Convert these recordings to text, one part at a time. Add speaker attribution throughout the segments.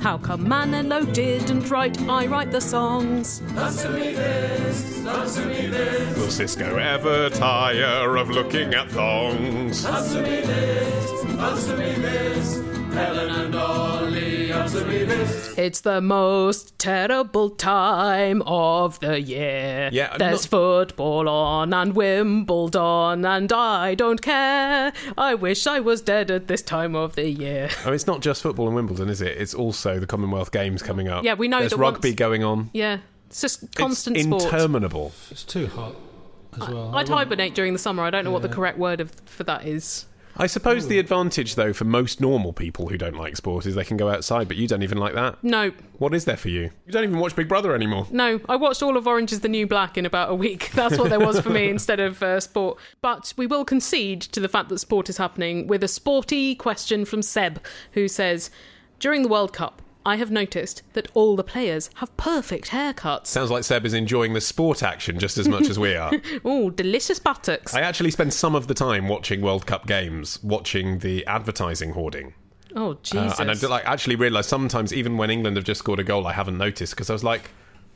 Speaker 1: How come Manello didn't write I Write the Songs?
Speaker 2: Will Cisco ever tire of looking at thongs?
Speaker 1: It's the most terrible time of the year.
Speaker 2: Yeah,
Speaker 1: There's
Speaker 2: not-
Speaker 1: football on and Wimbledon, and I don't care. I wish I was dead at this time of the year.
Speaker 2: I mean, it's not just football and Wimbledon, is it? It's also the Commonwealth Games coming up.
Speaker 1: Yeah, we know
Speaker 2: There's
Speaker 1: that once-
Speaker 2: rugby going on.
Speaker 1: Yeah, it's just constant
Speaker 2: it's
Speaker 1: sport.
Speaker 2: interminable.
Speaker 3: It's too hot as well.
Speaker 1: I'd hibernate during the summer. I don't know what the
Speaker 3: Yeah.
Speaker 1: correct word of, for that is.
Speaker 2: I suppose the advantage, though, for most normal people who don't like sport is they can go outside, but you don't even like that.
Speaker 1: No,
Speaker 2: What is there for you? You don't even watch Big Brother anymore.
Speaker 1: No, I watched all of Orange is the New Black in about a week. That's what there was for me instead of uh, sport. But we will concede to the fact that sport is happening with a sporty question from Seb, who says During the World Cup, I have noticed that all the players have perfect haircuts.
Speaker 2: Sounds like Seb is enjoying the sport action just as much as we are.
Speaker 1: Ooh, delicious buttocks.
Speaker 2: I actually spend some of the time watching World Cup games, watching the advertising hoarding.
Speaker 1: oh,
Speaker 2: Uh,
Speaker 1: Jesus.
Speaker 2: and I did, like actually realised sometimes even when England have just scored a goal, I haven't noticed because I was like,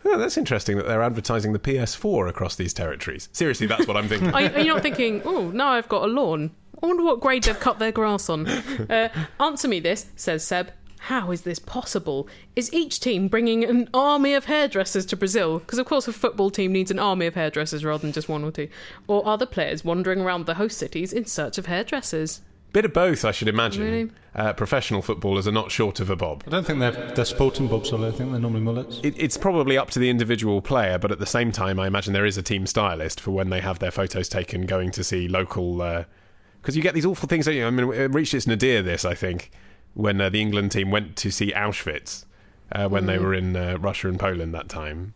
Speaker 2: oh, that's interesting that they're advertising the PS4 across these territories. Seriously, that's what I'm thinking.
Speaker 1: Are, are you not thinking, oh, now I've got a lawn? I wonder what grade they've cut their grass on. Uh, answer me this, says Seb. How is this possible? Is each team bringing an army of hairdressers to Brazil? Because, of course, a football team needs an army of hairdressers rather than just one or two. Or are the players wandering around the host cities in search of hairdressers?
Speaker 2: Bit of both, I should imagine.
Speaker 1: Really?
Speaker 2: Uh, professional footballers are not short of a bob.
Speaker 3: I don't think they're, they're sporting bobs, although I think they're normally mullets.
Speaker 2: It, it's probably up to the individual player, but at the same time, I imagine there is a team stylist for when they have their photos taken going to see local. Because you get these awful things, don't you? I mean, it reached its nadir, this, I think, when uh, the England team went to see Auschwitz uh, when they were in uh, Russia and Poland that time.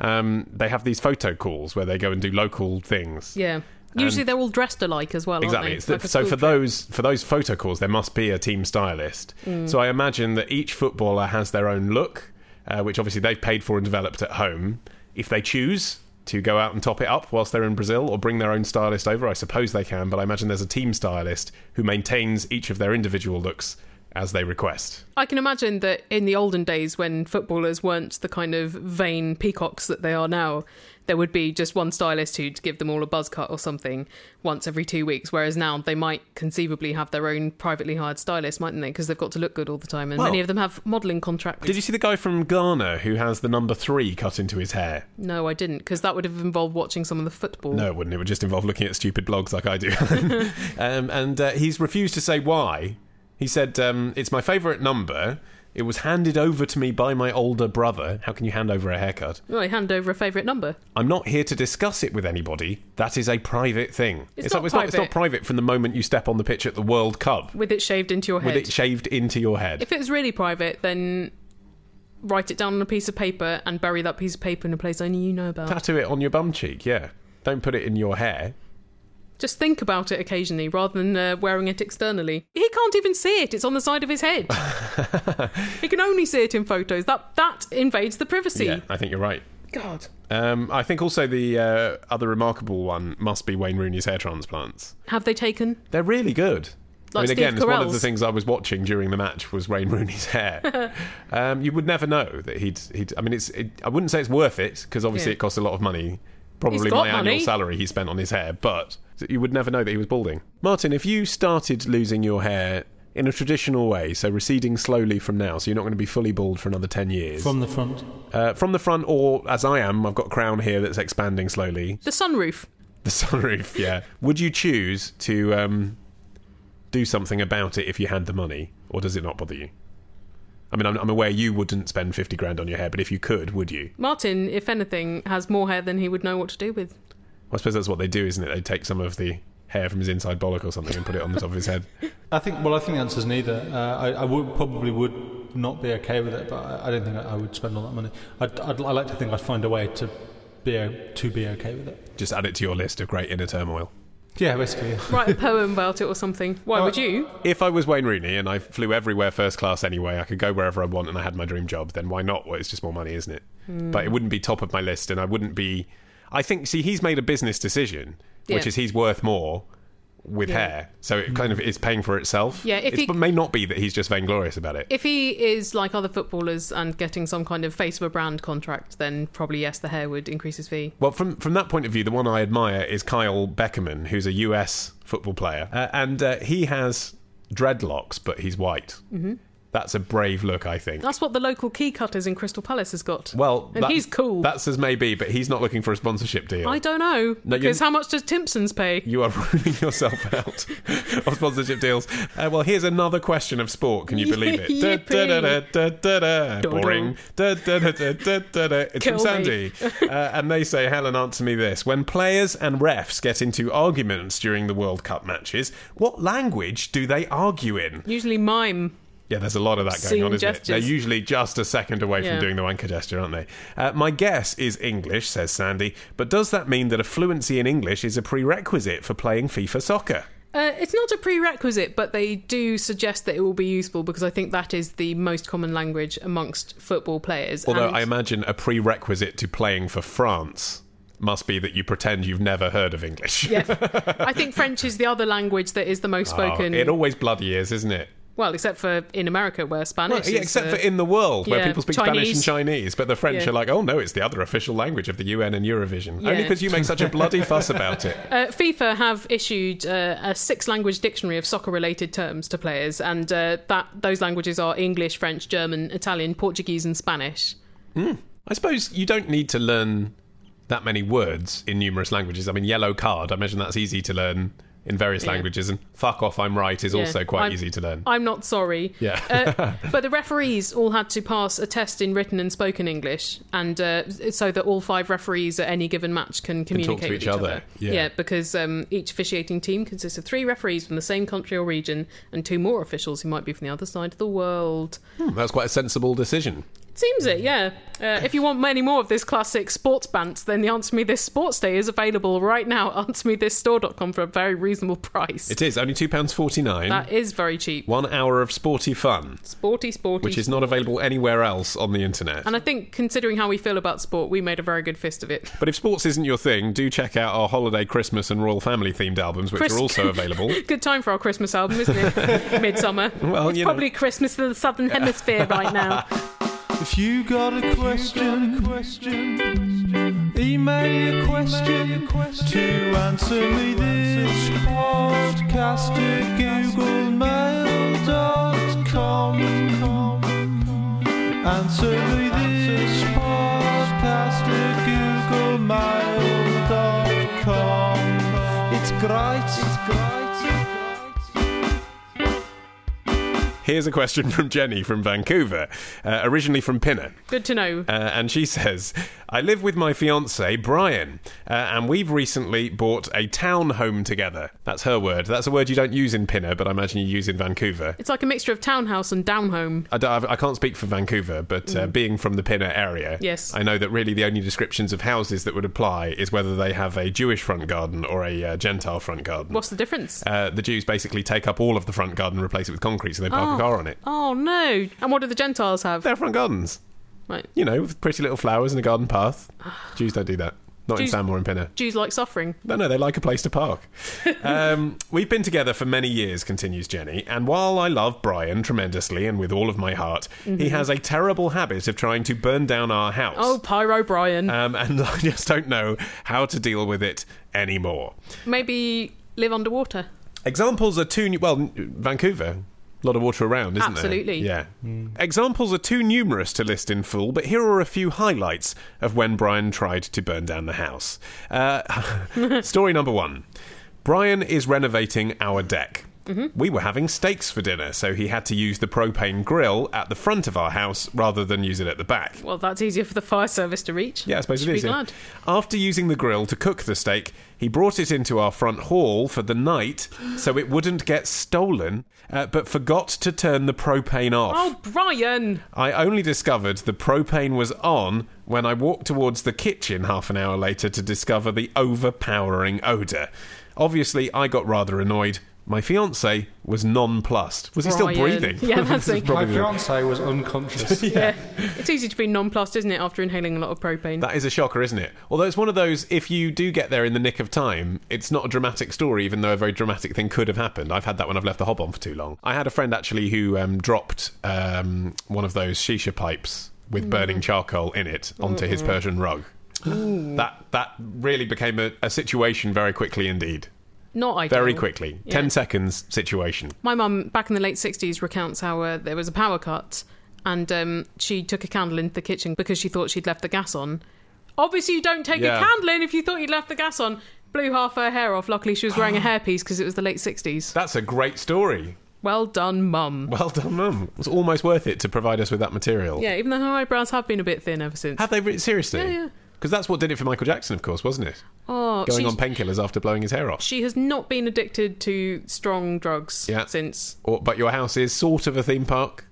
Speaker 2: Um, they have these photo calls where they go and do local things.
Speaker 1: Yeah. Usually they're all dressed alike as well,
Speaker 2: Exactly.
Speaker 1: aren't
Speaker 2: It's
Speaker 1: they?
Speaker 2: the-
Speaker 1: Like a
Speaker 2: so
Speaker 1: school
Speaker 2: for
Speaker 1: trip.
Speaker 2: those for those photo calls, there must be a team stylist.
Speaker 1: Mm.
Speaker 2: So I imagine that each footballer has their own look, uh, which obviously they've paid for and developed at home. If they choose to go out and top it up whilst they're in Brazil or bring their own stylist over, I suppose they can. But I imagine there's a team stylist who maintains each of their individual looks as they request.
Speaker 1: I can imagine that in the olden days when footballers weren't the kind of vain peacocks that they are now, there would be just one stylist who'd give them all a buzz cut or something once every two weeks, whereas now they might conceivably have their own privately hired stylist, mightn't they? Because they've got to look good all the time, and
Speaker 2: Well-
Speaker 1: many of them have modelling contracts.
Speaker 2: Did you see the guy from Ghana who has the number three cut into his hair?
Speaker 1: No, I didn't, because that would have involved watching some of the football.
Speaker 2: No, it wouldn't. It would just involve looking at stupid blogs like I do. um, and uh, he's refused to say why. He said, um, It's my favourite number. It was handed over to me by my older brother. How can you hand over a haircut?
Speaker 1: Well, I hand over a favourite number.
Speaker 2: I'm not here to discuss it with anybody. That is a private thing.
Speaker 1: It's not
Speaker 2: it's, not, it's not
Speaker 1: private.
Speaker 2: private from the moment you step on the pitch at the World Cup
Speaker 1: With it shaved into your head.
Speaker 2: with it shaved into your head.
Speaker 1: if it was really private, then write it down on a piece of paper and bury that piece of paper in a place only you know about.
Speaker 2: Tattoo it on your bum cheek, yeah. Don't put it in your hair.
Speaker 1: Just think about it occasionally rather than uh, wearing it externally. He can't even see it. It's on the side of his head. he can only see it in photos. That that invades the privacy.
Speaker 2: Yeah, I think you're right.
Speaker 1: God.
Speaker 2: Um, I think also the uh, other remarkable one must be Wayne Rooney's hair transplants.
Speaker 1: Have they taken?
Speaker 2: They're really good. I
Speaker 1: Like
Speaker 2: mean,
Speaker 1: Steve
Speaker 2: again, it's one of
Speaker 1: Carell's.
Speaker 2: the things I was watching during the match was Wayne Rooney's hair. um, you would never know that he'd. he'd I mean, it's. It, I wouldn't say it's worth it because obviously
Speaker 1: Yeah.
Speaker 2: it costs a lot of money. Probably
Speaker 1: He's got
Speaker 2: my
Speaker 1: money.
Speaker 2: annual salary he spent on his hair, but you would never know that he was balding. Martin, if you started losing your hair in a traditional way, so receding slowly from now, so you're not going to be fully bald for another ten years
Speaker 3: From the front.
Speaker 2: uh, from the front, or as I am, I've got a crown here that's expanding slowly
Speaker 1: The sunroof.
Speaker 2: the sunroof. Yeah. Would you choose to um, do something about it if you had the money, or does it not bother you? I mean, I'm, I'm aware you wouldn't spend fifty grand on your hair, but if you could, would you?
Speaker 1: Martin, if anything, has more hair than he would know what to do with.
Speaker 2: I suppose that's what they do, isn't it? They take some of the hair from his inside bollock or something and put it on the top of his head.
Speaker 3: I think, well, I think the answer's neither. Uh, I, I would, probably would not be okay with it, but I, I don't think I, I would spend all that money. I'd, I'd, I like to think I'd find a way to be, o- to be okay with it.
Speaker 2: Just add it to your list of great inner turmoil.
Speaker 3: Yeah, basically. yeah.
Speaker 1: Write a poem about it or something. Why
Speaker 3: Oh,
Speaker 1: would you?
Speaker 2: If I was Wayne Rooney and I flew everywhere first class anyway, I could go wherever I want and I had my dream job, then why not? Well, it's just more money, isn't it?
Speaker 1: Hmm.
Speaker 2: But it wouldn't be top of my list and I wouldn't be. I think, see, he's made a business decision,
Speaker 1: Yeah.
Speaker 2: which is he's worth more. with
Speaker 1: Yeah.
Speaker 2: hair, so it kind of is paying for itself.
Speaker 1: Yeah, if
Speaker 2: It's-
Speaker 1: he-
Speaker 2: but may not be that he's just vainglorious about it.
Speaker 1: If he is like other footballers and getting some kind of face of a brand contract, then probably yes, the hair would increase his fee.
Speaker 2: Well, from from that point of view, the one I admire is Kyle Beckerman, who's a US football player, uh, and uh, he has dreadlocks, but he's white. Mm-hmm. That's a brave look, I think.
Speaker 1: That's what the local key cutters in Crystal Palace has got.
Speaker 2: Well,
Speaker 1: and
Speaker 2: that-
Speaker 1: he's cool.
Speaker 2: That's as may be, but he's not looking for a sponsorship deal.
Speaker 1: I don't know
Speaker 2: No, you-
Speaker 1: because how much does Timpson's pay?
Speaker 2: You are ruling yourself out of sponsorship deals. Uh, well, here's another question of sport. Can you believe it? Da, da, da, da, da, da, da.
Speaker 1: Dum-dum.
Speaker 2: Boring. Da, da, da, da, da, da, da. It's from
Speaker 1: Kill
Speaker 2: Sandy.
Speaker 1: me.
Speaker 2: uh, and they say, Helen, answer me this. When players and refs get into arguments during the World Cup matches, what language do they argue in?
Speaker 1: Usually mime.
Speaker 2: Yeah, there's a lot of that going
Speaker 1: Scene
Speaker 2: on, isn't
Speaker 1: gestures.
Speaker 2: it? They're usually just a second away from
Speaker 1: Yeah.
Speaker 2: doing the wanker gesture, aren't they? Uh, my guess is English, says Sandy, but does that mean that a fluency in English is a prerequisite for playing FIFA soccer?
Speaker 1: Uh, it's not a prerequisite, but they do suggest that it will be useful because I think that is the most common language amongst football players.
Speaker 2: Although
Speaker 1: and
Speaker 2: I imagine a prerequisite to playing for France must be that you pretend you've never heard of English.
Speaker 1: I think French is the other language that is the most
Speaker 2: Oh,
Speaker 1: spoken.
Speaker 2: it always bloody is, isn't it?
Speaker 1: well, except for in America where Spanish.
Speaker 2: Yeah,
Speaker 1: is,
Speaker 2: except
Speaker 1: uh,
Speaker 2: for in the world where
Speaker 1: yeah,
Speaker 2: people speak Spanish and
Speaker 1: Chinese.
Speaker 2: Chinese, but the French
Speaker 1: Yeah.
Speaker 2: are like, oh no, it's the other official language of the UN and Eurovision. Only
Speaker 1: Yeah.
Speaker 2: because you make such a bloody fuss about it.
Speaker 1: Uh, FIFA have issued uh, a six-language dictionary of soccer-related terms to players, and uh, that those languages are English, French, German, Italian, Portuguese, and Spanish.
Speaker 2: I suppose you don't need to learn that many words in numerous languages. I mean, yellow card, I imagine that's easy to learn in various
Speaker 1: Yeah.
Speaker 2: languages, and fuck off, I'm right is
Speaker 1: Yeah.
Speaker 2: also quite
Speaker 1: I'm-
Speaker 2: easy to learn.
Speaker 1: I'm not sorry.
Speaker 2: Yeah.
Speaker 1: Uh, but the referees all had to pass a test in written and spoken English, and uh, so that all five referees at any given match can communicate
Speaker 2: talk to
Speaker 1: with each,
Speaker 2: each other.
Speaker 1: other.
Speaker 2: Yeah.
Speaker 1: because um, each officiating team consists of three referees from the same country or region and two more officials who might be from the other side of the world.
Speaker 2: Hmm, that's quite a sensible decision.
Speaker 1: It seems it, yeah. Uh, if you want many more of this classic sports bants, then the Answer Me This Sports Day is available right now at answermethisstore.com for a very reasonable price.
Speaker 2: It is only £2.49.
Speaker 1: that is very cheap.
Speaker 2: one hour of sporty fun,
Speaker 1: Sporty, sporty,
Speaker 2: which is not available anywhere else on the internet.
Speaker 1: And I think, considering how we feel about sport, we made a very good fist of it.
Speaker 2: But if sports isn't your thing, do check out our holiday, Christmas, and royal family themed albums, which
Speaker 1: Chris-
Speaker 2: are also available.
Speaker 1: Good time for our Christmas album, isn't it? Midsummer.
Speaker 2: Well,
Speaker 1: it's
Speaker 2: you know-
Speaker 1: probably Christmas in the Southern Hemisphere right now.
Speaker 3: If you got a question, question, email your question, to answer me this podcast at googlemail.com. Answer me this podcast at googlemail.com. It's great, it's great.
Speaker 2: Here's a question from Jenny from Vancouver, uh, originally from Pinner.
Speaker 1: Good to know.
Speaker 2: Uh, and she says, I live with my fiance, Brian, uh, and we've recently bought a town home together. That's her word. That's a word you don't use in Pinner, but I imagine you use in Vancouver.
Speaker 1: It's like a mixture of townhouse and downhome.
Speaker 2: I, don't- I can't speak for Vancouver, but uh, being from the Pinner area,
Speaker 1: Mm. Yes.
Speaker 2: I know that really the only descriptions of houses that would apply is whether they have a Jewish front garden or a uh, Gentile front garden.
Speaker 1: What's the difference?
Speaker 2: Uh, the Jews basically take up all of the front garden, replace it with concrete, so they park a
Speaker 1: Oh.
Speaker 2: car on it.
Speaker 1: Oh no! And what do the Gentiles have?
Speaker 2: Their front gardens,
Speaker 1: Right.
Speaker 2: you know, with pretty little flowers and a garden path. Jews don't do that. Not
Speaker 1: Ah. Jews-
Speaker 2: in Sam or in Pinner.
Speaker 1: Jews like suffering.
Speaker 2: No, no, they like a place to park. Um, we've been together for many years, continues Jenny, and while I love Brian tremendously and with all of my heart, he has a terrible habit of trying to burn down our house.
Speaker 1: Oh, Pyro Brian.
Speaker 2: Um, and I just don't know how to deal with it anymore.
Speaker 1: Maybe live underwater.
Speaker 2: Examples are two. nu- Well, Vancouver. A lot of water around, isn't
Speaker 1: Absolutely.
Speaker 2: there? Yeah. Examples are too numerous to list in full, but here are a few highlights of when Brian tried to burn down the house. Uh, story number one Brian is renovating our deck. We were having steaks for dinner, so he had to use the propane grill at the front of our house rather than use it at the back.
Speaker 1: Well, that's easier for the fire service to reach.
Speaker 2: Yeah, I suppose
Speaker 1: Should
Speaker 2: it is.
Speaker 1: Be
Speaker 2: yeah.
Speaker 1: glad.
Speaker 2: After using the grill to cook the steak, he brought it into our front hall for the night so it wouldn't get stolen, uh, but forgot to turn the propane off.
Speaker 1: Oh, Brian!
Speaker 2: I only discovered the propane was on when I walked towards the kitchen half an hour later to discover the overpowering odour. Obviously, I got rather annoyed. My fiance was nonplussed. Was he still
Speaker 1: Brian.
Speaker 2: breathing?
Speaker 1: Yeah, that's
Speaker 2: This is
Speaker 1: it.
Speaker 2: probably
Speaker 3: My
Speaker 2: the-
Speaker 3: fiance was unconscious.
Speaker 1: Yeah. It's easy to be nonplussed, isn't it, after inhaling a lot of propane?
Speaker 2: That is a shocker, isn't it? Although it's one of those, if you do get there in the nick of time, it's not a dramatic story, even though a very dramatic thing could have happened. I've had that when I've left the hob on for too long. I had a friend actually who um, dropped um, one of those shisha pipes
Speaker 1: Mm.
Speaker 2: with burning charcoal in it onto his Persian rug. That that really became a, a situation very quickly indeed.
Speaker 1: Not ideal.
Speaker 2: Very quickly.
Speaker 1: Oh. Yeah.
Speaker 2: 10 seconds situation.
Speaker 1: My mum, back in the late 60s, recounts how uh, there was a power cut and um, she took a candle into the kitchen because she thought she'd left the gas on. Obviously, you don't take
Speaker 2: Yeah.
Speaker 1: a candle in if you thought you'd left the gas on. Blew half her hair off. Luckily, she was wearing a hairpiece because it was the late 60s.
Speaker 2: That's a great story.
Speaker 1: Well done, mum.
Speaker 2: Well done, Mum. It was almost worth it to provide us with that material.
Speaker 1: Yeah, even though her eyebrows have been a bit thin ever since.
Speaker 2: Have they re- seriously?
Speaker 1: Yeah, yeah.
Speaker 2: Because that's what did it for Michael Jackson, of course, wasn't it?
Speaker 1: oh,
Speaker 2: Going
Speaker 1: she's-
Speaker 2: on painkillers after blowing his hair off.
Speaker 1: she has not been addicted to strong drugs
Speaker 2: Yeah.
Speaker 1: since.
Speaker 2: Or, but your house is sort of a theme park.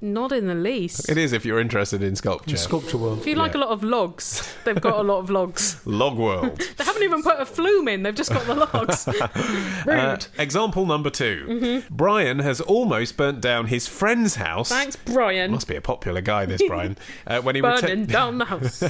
Speaker 1: Not in the least.
Speaker 2: It is if you're interested in sculpture.
Speaker 3: Sculpture
Speaker 1: If
Speaker 3: world.
Speaker 1: you like
Speaker 2: Yeah.
Speaker 1: a lot of logs, they've got a lot of logs.
Speaker 2: Log world.
Speaker 1: They haven't even put a flume in, they've just got the logs. Rude.
Speaker 2: Uh, example number 2
Speaker 1: Mm-hmm.
Speaker 2: Brian has almost burnt down his friend's house.
Speaker 1: Thanks, Brian.
Speaker 2: Must be a popular guy, this Brian. Uh, when he
Speaker 1: Burning
Speaker 2: returned.
Speaker 1: down the house.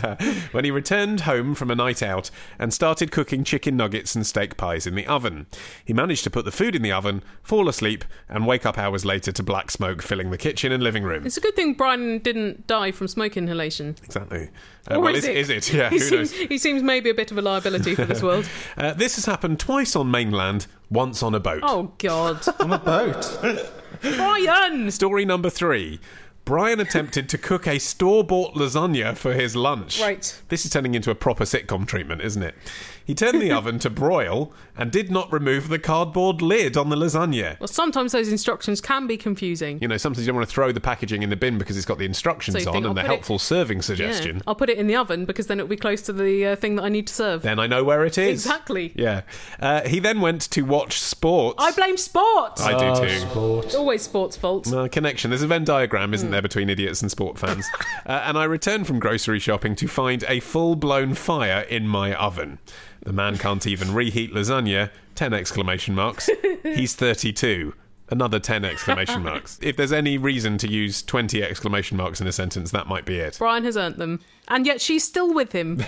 Speaker 2: when he returned home from a night out and started cooking chicken nuggets and steak pies in the oven. He managed to put the food in the oven, fall asleep, and wake up hours later to black smoke filling the kitchen and living room.
Speaker 1: It's a good thing Brian didn't die from smoke inhalation.
Speaker 2: Exactly. Uh,
Speaker 1: Or
Speaker 2: well,
Speaker 1: Oh, is
Speaker 2: is,
Speaker 1: it?
Speaker 2: is it? Yeah,
Speaker 1: He
Speaker 2: who
Speaker 1: seems,
Speaker 2: knows?
Speaker 1: he seems maybe a bit of a liability for this world.
Speaker 2: Uh, this has happened twice on mainland, once on a boat.
Speaker 1: Oh, God.
Speaker 3: On a boat.
Speaker 1: Brian!
Speaker 2: Story number three. Brian attempted to cook a store bought lasagna for his lunch.
Speaker 1: Right.
Speaker 2: This is turning into a proper sitcom treatment, isn't it? He turned the oven to broil and did not remove the cardboard lid on the lasagna.
Speaker 1: Well, sometimes those instructions can be confusing.
Speaker 2: You know, sometimes you don't want to throw the packaging in the bin because it's got the instructions
Speaker 1: So you
Speaker 2: on
Speaker 1: think,
Speaker 2: and the
Speaker 1: "I'll put it-
Speaker 2: helpful serving
Speaker 1: Yeah. Oh.
Speaker 2: suggestion.
Speaker 1: I'll put it in the oven because then it'll be close to the uh, thing that I need to serve.
Speaker 2: Then I know where it is.
Speaker 1: Exactly.
Speaker 2: Yeah. Uh, he then went to watch sports.
Speaker 1: I blame sports!
Speaker 2: I do
Speaker 3: Oh,
Speaker 2: too.
Speaker 1: It's
Speaker 3: sport.
Speaker 1: always sports' fault.
Speaker 2: Uh, connection. There's a Venn diagram, isn't there, between idiots and sport fans? uh, and I returned from grocery shopping to find a full blown fire in my oven. The man can't even reheat lasagna. 10 exclamation marks. He's 32. Another 10 exclamation marks. If there's any reason to use 20 exclamation marks in a sentence, that might be it.
Speaker 1: Brian has earned them. And yet she's still with him.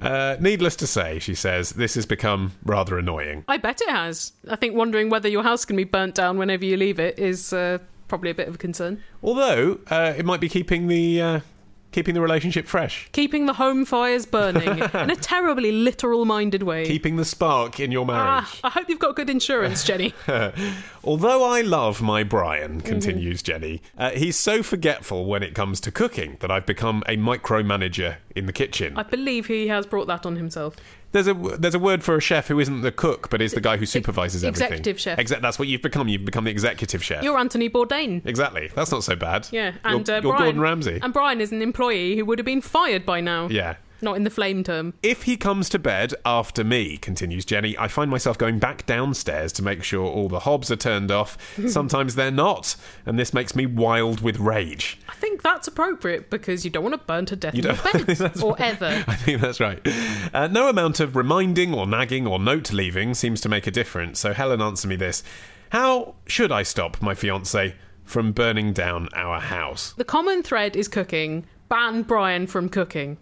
Speaker 2: Uh, needless to say, she says, this has become rather annoying.
Speaker 1: I bet it has. I think wondering whether your house can be burnt down whenever you leave it is uh, probably a bit of a concern.
Speaker 2: Although, uh, it might be keeping the. Uh, Keeping the relationship fresh,
Speaker 1: Keeping the home fires burning in a terribly literal minded way.
Speaker 2: keeping the spark in your marriage.
Speaker 1: Ah, I hope you've got good insurance, Jenny.
Speaker 2: Although I love my Brian,
Speaker 1: Mm-hmm.
Speaker 2: continues Jenny, uh, he's so forgetful when it comes to cooking that I've become a micromanager in the kitchen.
Speaker 1: I believe he has brought that on himself.
Speaker 2: There's a there's a word for a chef who isn't the cook but is the guy who supervises everything.
Speaker 1: E-, executive chef.
Speaker 2: Exa- that's what you've become. You've become the executive chef.
Speaker 1: You're Anthony Bourdain.
Speaker 2: exactly. That's not so bad.
Speaker 1: Yeah,
Speaker 2: You're-
Speaker 1: and
Speaker 2: you're,
Speaker 1: uh, Brian,
Speaker 2: Gordon Ramsay.
Speaker 1: And Brian is an employee who would have been fired by now.
Speaker 2: yeah.
Speaker 1: Not in the flame term.
Speaker 2: If he comes to bed after me, continues Jenny, I find myself going back downstairs to make sure all the hobs are turned off. Sometimes they're not, and this makes me wild with rage.
Speaker 1: I think that's appropriate because you don't want to burn to death
Speaker 2: You
Speaker 1: in your
Speaker 2: don't-
Speaker 1: bed
Speaker 2: That's
Speaker 1: or ever.
Speaker 2: I think that's right. Uh, no amount of reminding or nagging or note leaving seems to make a difference. So, Helen, answer me this How should I stop my fiance from burning down our house?
Speaker 1: The common thread is cooking. Ban Brian from cooking.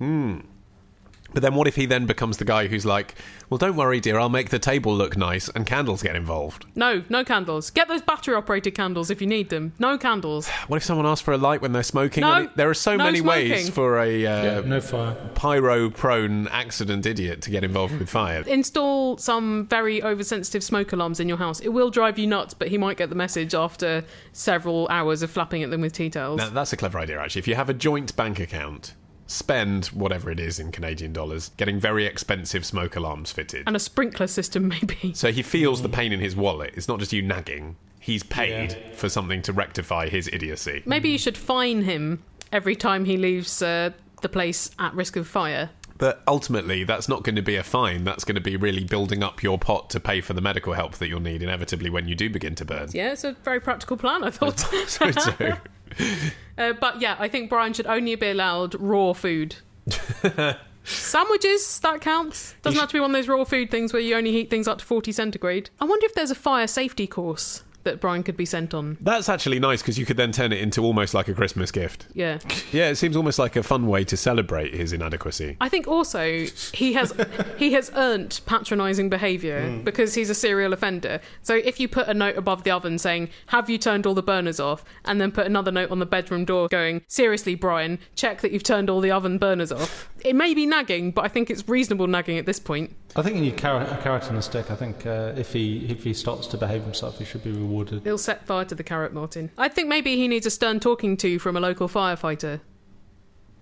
Speaker 2: But then, what if he then becomes the guy who's like, Well, don't worry, dear, I'll make the table look nice and candles get involved?
Speaker 1: No, no candles. Get those battery operated candles if you need them. No candles.
Speaker 2: What if someone asks for a light when they're smoking?
Speaker 1: No,
Speaker 2: I mean, there are so
Speaker 1: no
Speaker 2: many ways
Speaker 1: smoking.
Speaker 2: for a
Speaker 3: Yeah,
Speaker 2: uh,
Speaker 3: no fire.
Speaker 2: pyro prone accident idiot to get involved with fire.
Speaker 1: Install some very oversensitive smoke alarms in your house. It will drive you nuts, but he might get the message after several hours of flapping at them with tea towels.
Speaker 2: Now, that's a clever idea, actually. If you have a joint bank account, spend whatever it is in Canadian dollars getting very expensive smoke alarms fitted.
Speaker 1: And a sprinkler system, maybe.
Speaker 2: so he feels the pain in his wallet. It's not just you nagging. He's paid for something to rectify his idiocy.
Speaker 1: Maybe you should fine him every time he leaves uh, the place at risk of fire.
Speaker 2: But ultimately, that's not going to be a fine. That's going to be really building up your pot to pay for the medical help that you'll need inevitably when you do begin to burn.
Speaker 1: Yeah, it's a very practical plan, I thought.
Speaker 2: So, so-
Speaker 1: uh, but yeah, I think Brian should only be allowed raw food. Sandwiches, that counts. Doesn't have to be one of those raw food things where you only heat things up to 40 centigrade. I wonder if there's a fire safety course that Brian could be sent on.
Speaker 2: That's actually nice because you could then turn it into almost like a Christmas gift.
Speaker 1: Yeah.
Speaker 2: Yeah, it seems almost like a fun way to celebrate his inadequacy.
Speaker 1: I think also he has he has earned patronising behaviour
Speaker 2: Hmm.
Speaker 1: because he's a serial offender. So if you put a note above the oven saying "Have you turned all the burners off?" and then put another note on the bedroom door going "Seriously, Brian, check that you've turned all the oven burners off." It may be nagging, but I think it's reasonable nagging at this point.
Speaker 3: I think you need carrot, a carrot and a stick. I think uh, if he if he starts to behave himself, he should be rewarded.
Speaker 1: He'll set fire to the carrot, Martin. I think maybe he needs a stern talking to from a local firefighter.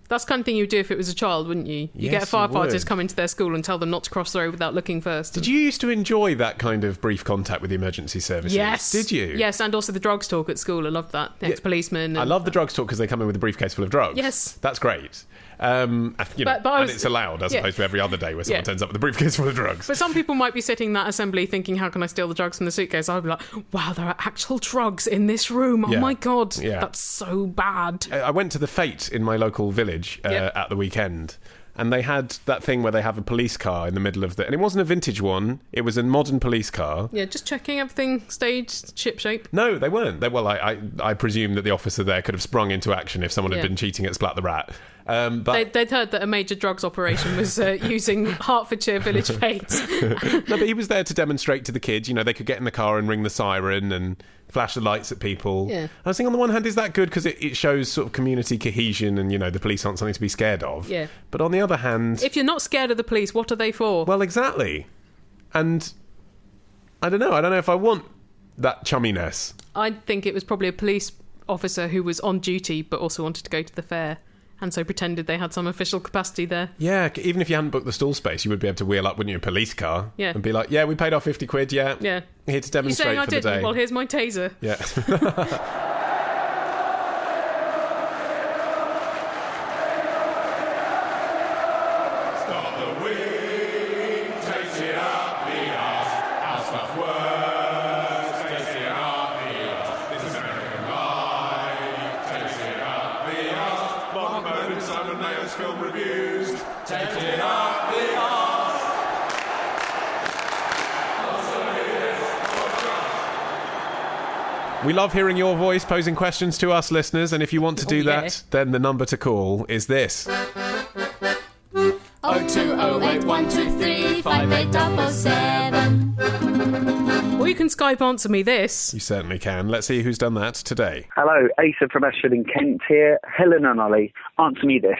Speaker 1: That's the kind of thing you'd do if it was a child, wouldn't you? You
Speaker 2: Yes,
Speaker 1: get
Speaker 2: you
Speaker 1: firefighters
Speaker 2: would.
Speaker 1: come into their school and tell them not to cross the road without looking first.
Speaker 2: Did you used to enjoy that kind of brief contact with the emergency services?
Speaker 1: Yes.
Speaker 2: Did you?
Speaker 1: Yes, and also the drugs talk at school. I loved that. Ex policeman.
Speaker 2: I love the drugs talk because they come in with a briefcase full of drugs.
Speaker 1: Yes.
Speaker 2: That's great. Um, I- you know,
Speaker 1: But- but I
Speaker 2: and
Speaker 1: was-
Speaker 2: it's allowed as
Speaker 1: yeah.
Speaker 2: opposed to every other day where someone
Speaker 1: Yeah.
Speaker 2: turns up with a briefcase full of drugs.
Speaker 1: But some people might be sitting in that assembly thinking, how can I steal the drugs from the suitcase? I'd be like, wow, there are actual drugs in this room. Oh
Speaker 2: Yeah.
Speaker 1: my God.
Speaker 2: Yeah.
Speaker 1: That's so bad.
Speaker 2: I I went to the fete in my local village uh,
Speaker 1: Yep.
Speaker 2: at the weekend, and they had that thing where they have a police car in the middle of the. And it wasn't a vintage one; it was a modern police car.
Speaker 1: Yeah, just checking everything staged, ship shape.
Speaker 2: No, they weren't. They, well, I, I, I presume that the officer there could have sprung into action if someone
Speaker 1: Yeah.
Speaker 2: had been cheating at Splat the Rat. Um, but
Speaker 1: They'd, they'd heard that a major drugs operation was uh, using Hertfordshire village fates.
Speaker 2: no, but he was there to demonstrate to the kids. You know, they could get in the car and ring the siren and flash the lights at people.
Speaker 1: Yeah.
Speaker 2: I was thinking, on the one hand, is that good because it, it shows sort of community cohesion and you know the police aren't something to be scared of.
Speaker 1: Yeah.
Speaker 2: But on the other hand,
Speaker 1: if you're not scared of the police, what are they for?
Speaker 2: well, exactly, and I don't know. I don't know if I want that chumminess.
Speaker 1: I think it was probably a police officer who was on duty but also wanted to go to the fair and so pretended they had some official capacity there.
Speaker 2: Yeah, c- even if you hadn't booked the stall space, you would be able to wheel up, wouldn't you, a police car?
Speaker 1: Yeah.
Speaker 2: And be like, yeah, we paid our fifty quid. Yeah.
Speaker 1: Yeah.
Speaker 2: Here to
Speaker 1: You're
Speaker 2: demonstrate
Speaker 1: saying I
Speaker 2: for the
Speaker 1: didn't?
Speaker 2: day.
Speaker 1: Well, here's my taser.
Speaker 2: yeah.
Speaker 4: Stop the wing, takes it up the arse, house of words, takes it up the arse. This is American Life, takes it up the arse. Mark Bone and Simon Nails film reviews, takes it up the arse.
Speaker 2: We love hearing your voice posing questions to us listeners, and if you want to do
Speaker 1: Oh, yeah.
Speaker 2: that, then the number to call is this.
Speaker 5: Oh two oh eight one two three five eight double seven.
Speaker 1: Or you can Skype answer me this.
Speaker 2: You certainly can. Let's see who's done that today.
Speaker 6: Hello, Asa from Ashford in Kent here. Helen and Ollie, answer me this.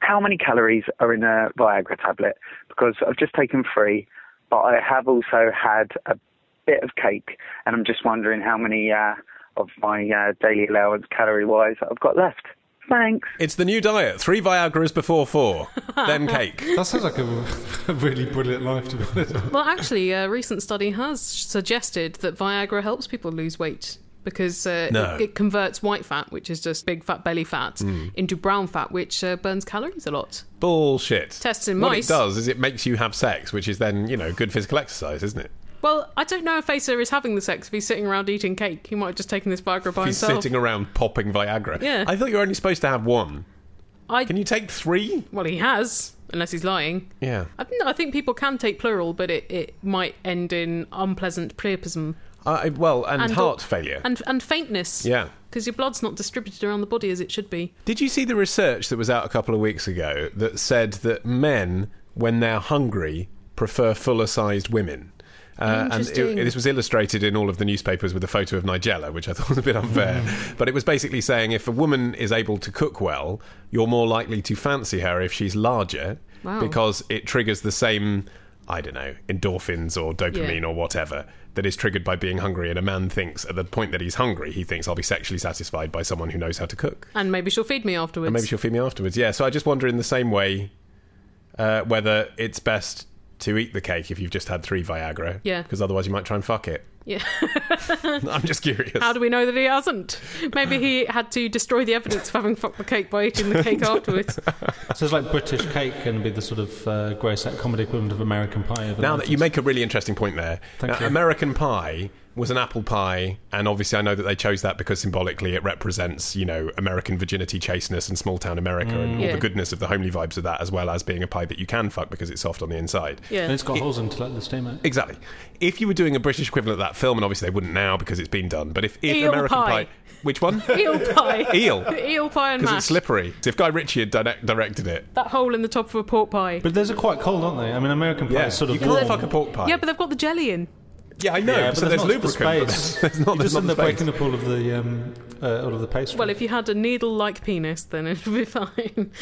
Speaker 6: How many calories are in a Viagra tablet? Because I've just taken three, but I have also had a bit of cake, and I'm just wondering how many uh, of my uh, daily allowance, calorie wise, I've got left. Thanks.
Speaker 2: It's the new diet: three Viagra's before four, then cake.
Speaker 3: That sounds like a, a really brilliant life, to be honest.
Speaker 1: Well, actually, a recent study has suggested that Viagra helps people lose weight because uh,
Speaker 2: No. Hmm.
Speaker 1: it, it converts white fat, which is just big fat belly fat, into brown fat, which uh, burns calories a lot.
Speaker 2: Bullshit.
Speaker 1: Tests in
Speaker 2: what
Speaker 1: mice.
Speaker 2: it does is it makes you have sex, which is then you know good physical exercise, isn't it?
Speaker 1: Well, I don't know if Acer is having the sex. If he's sitting around eating cake, he might have just taken this Viagra by
Speaker 2: If He's
Speaker 1: himself.
Speaker 2: sitting around popping Viagra.
Speaker 1: Yeah.
Speaker 2: I thought you were only supposed to have one.
Speaker 1: I,
Speaker 2: Can you take three?
Speaker 1: Well, he has, unless he's lying.
Speaker 2: Yeah.
Speaker 1: I, think I think people can take plural, but it, it might end in unpleasant priapism
Speaker 2: I well, and,
Speaker 1: And-
Speaker 2: heart failure.
Speaker 1: and and faintness.
Speaker 2: Yeah.
Speaker 1: because your blood's not distributed around the body as it should be.
Speaker 2: Did you see the research that was out a couple of weeks ago that said that men, when they're hungry, prefer fuller sized women? Uh, and it-
Speaker 1: Interesting.
Speaker 2: this was illustrated in all of the newspapers with a photo of Nigella, which I thought was a bit unfair.
Speaker 1: Mm-hmm.
Speaker 2: but it was basically saying if a woman is able to cook well, you're more likely to fancy her if she's larger
Speaker 1: Wow.
Speaker 2: because it triggers the same, I don't know, endorphins or dopamine
Speaker 1: Yeah.
Speaker 2: or whatever that is triggered by being hungry. And a man thinks at the point that he's hungry, he thinks I'll be sexually satisfied by someone who knows how to cook.
Speaker 1: And maybe she'll feed me afterwards.
Speaker 2: Maybe she'll feed me afterwards. Yeah. So I just wonder in the same way uh, whether it's best to eat the cake if you've just had three Viagra.
Speaker 1: Yeah.
Speaker 2: Because otherwise you might try and fuck it.
Speaker 1: Yeah.
Speaker 2: I'm just curious.
Speaker 1: How do we know that he hasn't? Maybe he had to destroy the evidence of having fucked the cake by eating the cake afterwards.
Speaker 3: So it's like British cake and be the sort of uh, grey sack comedy equivalent of American pie. of the
Speaker 2: now that you
Speaker 3: 90s.
Speaker 2: make a really interesting point there.
Speaker 3: Thank
Speaker 2: Now,
Speaker 3: you.
Speaker 2: American Pie was an apple pie, and obviously I know that they chose that because symbolically it represents, you know, American virginity, chasteness, and small town America, and all
Speaker 1: Mm. Yeah.
Speaker 2: the goodness of the homely vibes of that, as well as being a pie that you can fuck because it's soft on the inside.
Speaker 1: Yeah.
Speaker 3: And it's got holes in to let the steam out.
Speaker 2: Exactly. If you were doing a British equivalent of that film, and obviously they wouldn't now because it's been done, but if, if
Speaker 1: Eel
Speaker 2: American
Speaker 1: pie.
Speaker 2: which one?
Speaker 1: Eel pie.
Speaker 2: Eel.
Speaker 1: Eel pie and
Speaker 2: Because
Speaker 1: mash.
Speaker 2: it's slippery. So if Guy Ritchie had direct- directed it,
Speaker 1: that hole in the top of a pork pie.
Speaker 3: But those are quite cold, aren't they? I mean, American pie
Speaker 2: yeah,
Speaker 3: is sort
Speaker 2: you
Speaker 3: of
Speaker 2: can't
Speaker 3: warm.
Speaker 2: fuck a pork pie.
Speaker 1: yeah, but they've got the jelly in.
Speaker 2: yeah, I know.
Speaker 3: Yeah, but
Speaker 2: so there's
Speaker 3: not
Speaker 2: lubricant.
Speaker 3: The
Speaker 2: but
Speaker 3: space.
Speaker 2: there's not,
Speaker 3: you
Speaker 2: there's
Speaker 3: just
Speaker 2: not
Speaker 3: end
Speaker 2: the
Speaker 3: up
Speaker 2: space.
Speaker 3: breaking up all of the um, uh, all of the pastry.
Speaker 1: Well, if you had a needle-like penis, then it'd be fine.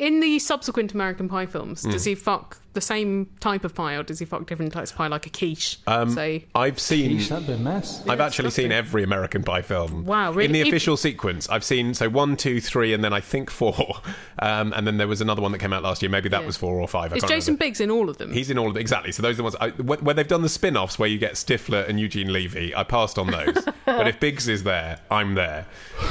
Speaker 1: In the subsequent American Pie films,
Speaker 2: Hmm.
Speaker 1: does he fuck the same type of pie, or does he fuck different types of pie, like a quiche?
Speaker 2: Um,
Speaker 1: say,
Speaker 2: I've seen.
Speaker 3: Yeesh, that'd be a mess.
Speaker 2: I've
Speaker 1: Yeah,
Speaker 2: actually
Speaker 1: disgusting.
Speaker 2: seen every American Pie film.
Speaker 1: Wow, really?
Speaker 2: In the
Speaker 1: If-
Speaker 2: official sequence, I've seen so one, two, three, and then I think four, um, and then there was another one that came out last year. Maybe that
Speaker 1: Yeah.
Speaker 2: was four or five. I
Speaker 1: is
Speaker 2: can't
Speaker 1: Jason
Speaker 2: remember.
Speaker 1: Biggs in all of them?
Speaker 2: He's in all of it exactly. So those are the ones I, wh- where they've done the spin-offs where you get Stifler and Eugene Levy. I passed on those, but if Biggs is there, I'm there,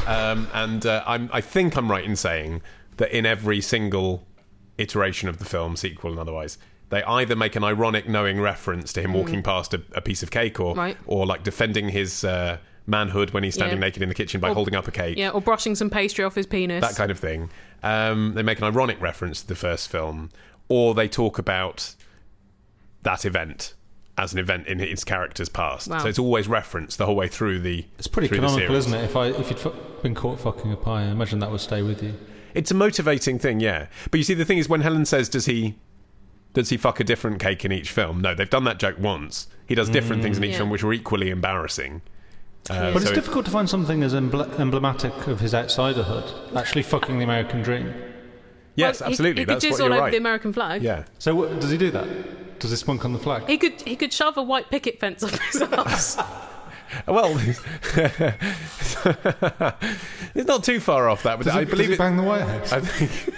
Speaker 2: um, and uh, I'm, I think I'm right in saying that in every single iteration of the film, sequel and otherwise, they either make an ironic, knowing reference to him walking past a, a piece of cake, or
Speaker 1: Mm. Right.
Speaker 2: or like defending his uh, manhood when he's standing
Speaker 1: Yeah.
Speaker 2: naked in the kitchen by
Speaker 1: Or-
Speaker 2: holding up a cake
Speaker 1: yeah, or brushing some pastry off his penis.
Speaker 2: that kind of thing. Um, they make an ironic reference to the first film, or they talk about that event as an event in its character's past.
Speaker 1: Wow.
Speaker 2: So it's always referenced the whole way through the.
Speaker 3: It's pretty
Speaker 2: through the
Speaker 3: canonical,
Speaker 2: series.
Speaker 3: isn't it? If I if you'd fu- been caught fucking a pie, I imagine that would stay with you.
Speaker 2: It's a motivating thing, yeah. But you see, the thing is, when Helen says, "Does he?" Does he fuck a different cake in each film? No, they've done that joke once. He does different things in each
Speaker 1: Mm, Yeah.
Speaker 2: film, which are equally embarrassing. Uh, so
Speaker 3: But it's
Speaker 2: it-
Speaker 3: difficult to find something as emble- emblematic of his outsiderhood, actually fucking the American dream.
Speaker 2: yes,
Speaker 1: Well, he-
Speaker 2: absolutely.
Speaker 1: He,
Speaker 2: That's
Speaker 1: could jizz
Speaker 2: what
Speaker 1: all
Speaker 2: you're
Speaker 1: over
Speaker 2: right.
Speaker 1: the American flag.
Speaker 2: yeah,
Speaker 3: So what, does he do that? Does he spunk on the flag?
Speaker 1: He could he could shove a white picket fence up his ass.
Speaker 2: Well, it's not too far off that, but
Speaker 3: Does
Speaker 2: I
Speaker 3: he, does
Speaker 2: believe
Speaker 3: he
Speaker 2: it,
Speaker 3: bang the White House?
Speaker 2: I think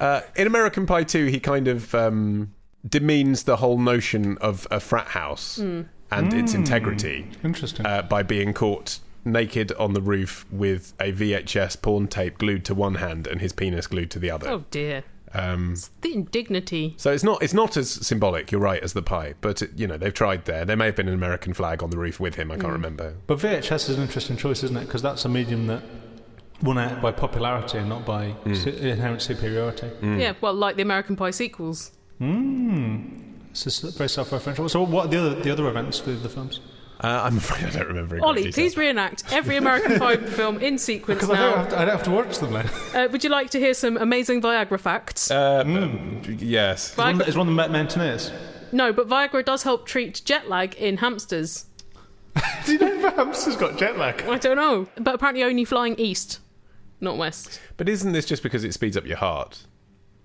Speaker 2: uh, in American Pie 2, he kind of um, demeans the whole notion of a frat house
Speaker 1: Hmm.
Speaker 2: and its
Speaker 3: Hmm.
Speaker 2: integrity
Speaker 3: Interesting.
Speaker 2: uh, by being caught naked on the roof with a VHS porn tape glued to one hand and his penis glued to the other.
Speaker 1: oh dear,
Speaker 2: Um,
Speaker 1: the indignity.
Speaker 2: so it's not it's not as symbolic, you're right, as the pie, but it, you know they've tried there. There may have been an American flag on the roof with him. I
Speaker 1: Hmm.
Speaker 2: can't remember.
Speaker 3: But VHS is an interesting choice, isn't it? Because that's a medium that won out by popularity and not by
Speaker 2: Mm.
Speaker 3: su- inherent superiority.
Speaker 2: Hmm.
Speaker 1: Yeah, well, like the American Pie sequels.
Speaker 3: It's just very self-referential. So what are the other the other events for the films?
Speaker 2: Uh, I'm afraid I don't remember. in great
Speaker 1: Ollie,
Speaker 2: detail.
Speaker 1: please reenact every American Pie film in sequence
Speaker 3: Because I don't,
Speaker 1: now.
Speaker 3: have to, I don't have to watch them then.
Speaker 1: Uh, would you like to hear some amazing Viagra facts?
Speaker 2: Uh,
Speaker 3: Hmm.
Speaker 2: Yes.
Speaker 1: Viagra-
Speaker 3: It's one of the mountaineers.
Speaker 1: no, but Viagra does help treat jet lag in hamsters.
Speaker 3: Do you know hamster's got jet lag?
Speaker 1: I don't know, but apparently only flying east, not west.
Speaker 2: But isn't this just because it speeds up your heart?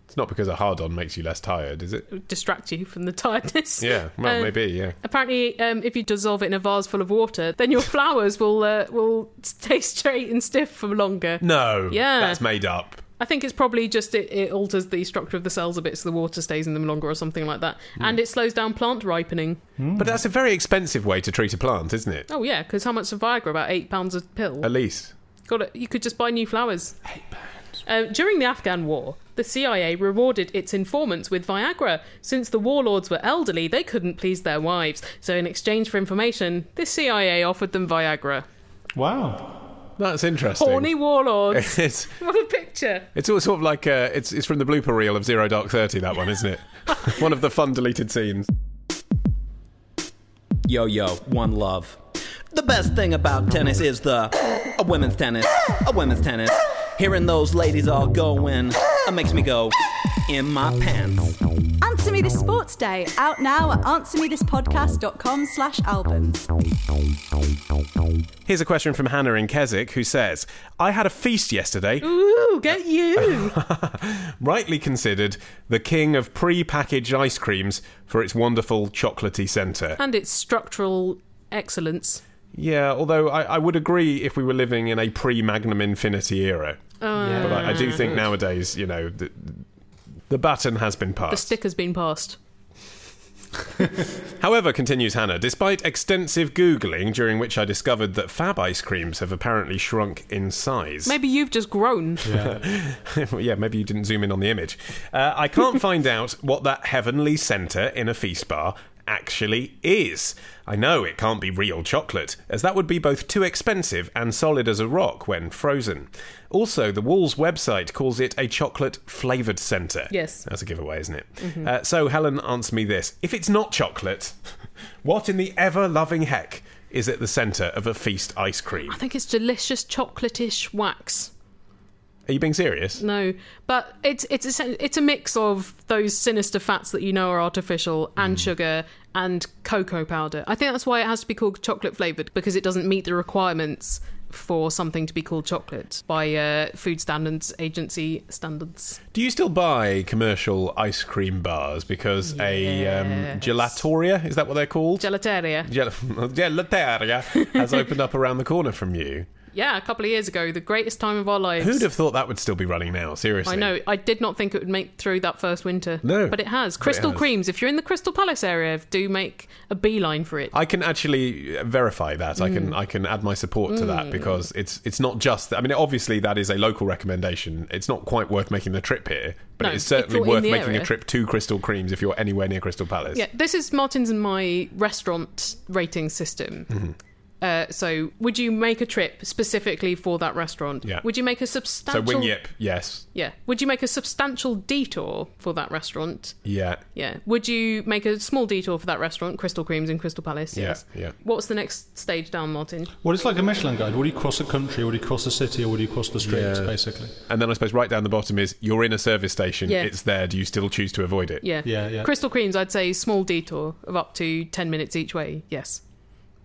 Speaker 2: It's not because a hard on makes you less tired, is it?
Speaker 1: It would distract you from the tiredness.
Speaker 2: Yeah, well,
Speaker 1: Uh,
Speaker 2: maybe, yeah.
Speaker 1: Apparently, um, if you dissolve it in a vase full of water, then your flowers will uh, will stay straight and stiff for longer.
Speaker 2: No.
Speaker 1: Yeah.
Speaker 2: That's made up.
Speaker 1: I think it's probably just it, it alters the structure of the cells a bit, so the water stays in them longer or something like that, and it slows down plant ripening.
Speaker 2: But that's a very expensive way to treat a plant, isn't it?
Speaker 1: Oh yeah, because how much of Viagra? About eight pounds a pill.
Speaker 2: At least.
Speaker 1: Got it. You could just buy new flowers. Uh, Eight pounds. Uh, during the Afghan War, the CIA rewarded its informants with Viagra. Since the warlords were elderly, they couldn't please their wives. So, in exchange for information, the CIA offered them Viagra.
Speaker 3: Wow.
Speaker 2: That's interesting.
Speaker 1: Horny warlords.
Speaker 2: It's,
Speaker 1: what a picture.
Speaker 2: it's all sort of like uh, it's, it's from the blooper reel of Zero Dark Thirty, that one, isn't it? one of the fun deleted scenes.
Speaker 7: Yo, yo, one love. The best thing about tennis is the a women's tennis, a women's tennis. Hearing those ladies all going it makes me go in my pants.
Speaker 8: Answer Me This Sports Day, out now at answermethispodcast.com slash albums.
Speaker 2: Here's a question from Hannah in Keswick who says I had a feast yesterday
Speaker 1: Ooh, get you.
Speaker 2: rightly considered the king of pre-packaged ice creams for its wonderful chocolatey centre.
Speaker 1: and its structural excellence.
Speaker 2: Yeah, although I, I would agree if we were living in a pre-Magnum Infinity era.
Speaker 1: Oh.
Speaker 3: yeah.
Speaker 2: But I do think nowadays, you know, the, the baton has been
Speaker 1: The
Speaker 2: passed.
Speaker 1: sticker's been passed.
Speaker 2: However, continues Hannah, despite extensive Googling, during which I discovered that fab ice creams have apparently shrunk in size.
Speaker 1: Maybe you've just grown.
Speaker 2: yeah, maybe you didn't zoom in on the image. Uh, I can't find out what that heavenly centre in a feast bar actually is. I know it can't be real chocolate, as that would be both too expensive and solid as a rock when frozen. Also, the Wall's website calls it a chocolate flavoured centre.
Speaker 1: Yes.
Speaker 2: That's a giveaway, isn't it? Uh, so, Helen, answer me this. If it's not chocolate, what in the ever loving heck is at the centre of a feast ice cream?
Speaker 1: I think it's delicious chocolatish wax.
Speaker 2: Are you being serious?
Speaker 1: No, but it's it's essen- it's a mix of those sinister fats that you know are artificial and sugar and cocoa powder. I think that's why it has to be called chocolate flavored because it doesn't meet the requirements for something to be called chocolate by uh, food standards agency standards.
Speaker 2: Do you still buy commercial ice cream bars? Because a um,
Speaker 1: Yes.
Speaker 2: gelatoria, is that what they're called?
Speaker 1: Gelateria.
Speaker 2: Gel- Gelateria has opened up around the corner from you.
Speaker 1: Yeah, a couple of years ago, the greatest time of our lives.
Speaker 2: Who'd have thought that would still be running now? Seriously.
Speaker 1: I know. I did not think it would make through that first winter.
Speaker 2: No.
Speaker 1: but it has. Crystal
Speaker 2: has.
Speaker 1: creams. If you're in the Crystal Palace area, do make a beeline for it.
Speaker 2: I can actually uh, verify that. I
Speaker 1: Mm.
Speaker 2: can I can add my support to that because it's it's not just that. I mean, obviously that is a local recommendation. It's not quite worth making the trip here, but
Speaker 1: No,
Speaker 2: it is
Speaker 1: if
Speaker 2: certainly
Speaker 1: you're in
Speaker 2: worth
Speaker 1: the
Speaker 2: making a
Speaker 1: area.
Speaker 2: trip to Crystal Creams if you're anywhere near Crystal Palace.
Speaker 1: Yeah, this is Martin's and my restaurant rating system.
Speaker 2: Mm-hmm.
Speaker 1: Uh, so, would you make a trip specifically for that restaurant?
Speaker 2: Yeah.
Speaker 1: Would you make a
Speaker 2: So
Speaker 1: substantial?
Speaker 2: Wing Yip, yes,
Speaker 1: Yeah. Would you make a substantial detour for that restaurant?
Speaker 2: yeah.
Speaker 1: Yeah. Would you make a small detour for that restaurant, Crystal Creams in Crystal Palace?
Speaker 2: Yeah,
Speaker 1: Yes.
Speaker 2: yeah.
Speaker 1: What's the next stage down, Martin?
Speaker 3: Well, it's like a Michelin guide. Would you cross a country? Would you cross a city? Or would you cross the streets?
Speaker 2: Yeah.
Speaker 3: Basically,
Speaker 2: And then I suppose right down the bottom is you're in a service station.
Speaker 1: Yeah.
Speaker 2: It's there. Do you still choose to avoid it?
Speaker 1: Yeah.
Speaker 3: Yeah, yeah.
Speaker 1: Crystal Creams, I'd say small detour of up to ten minutes each way. Yes.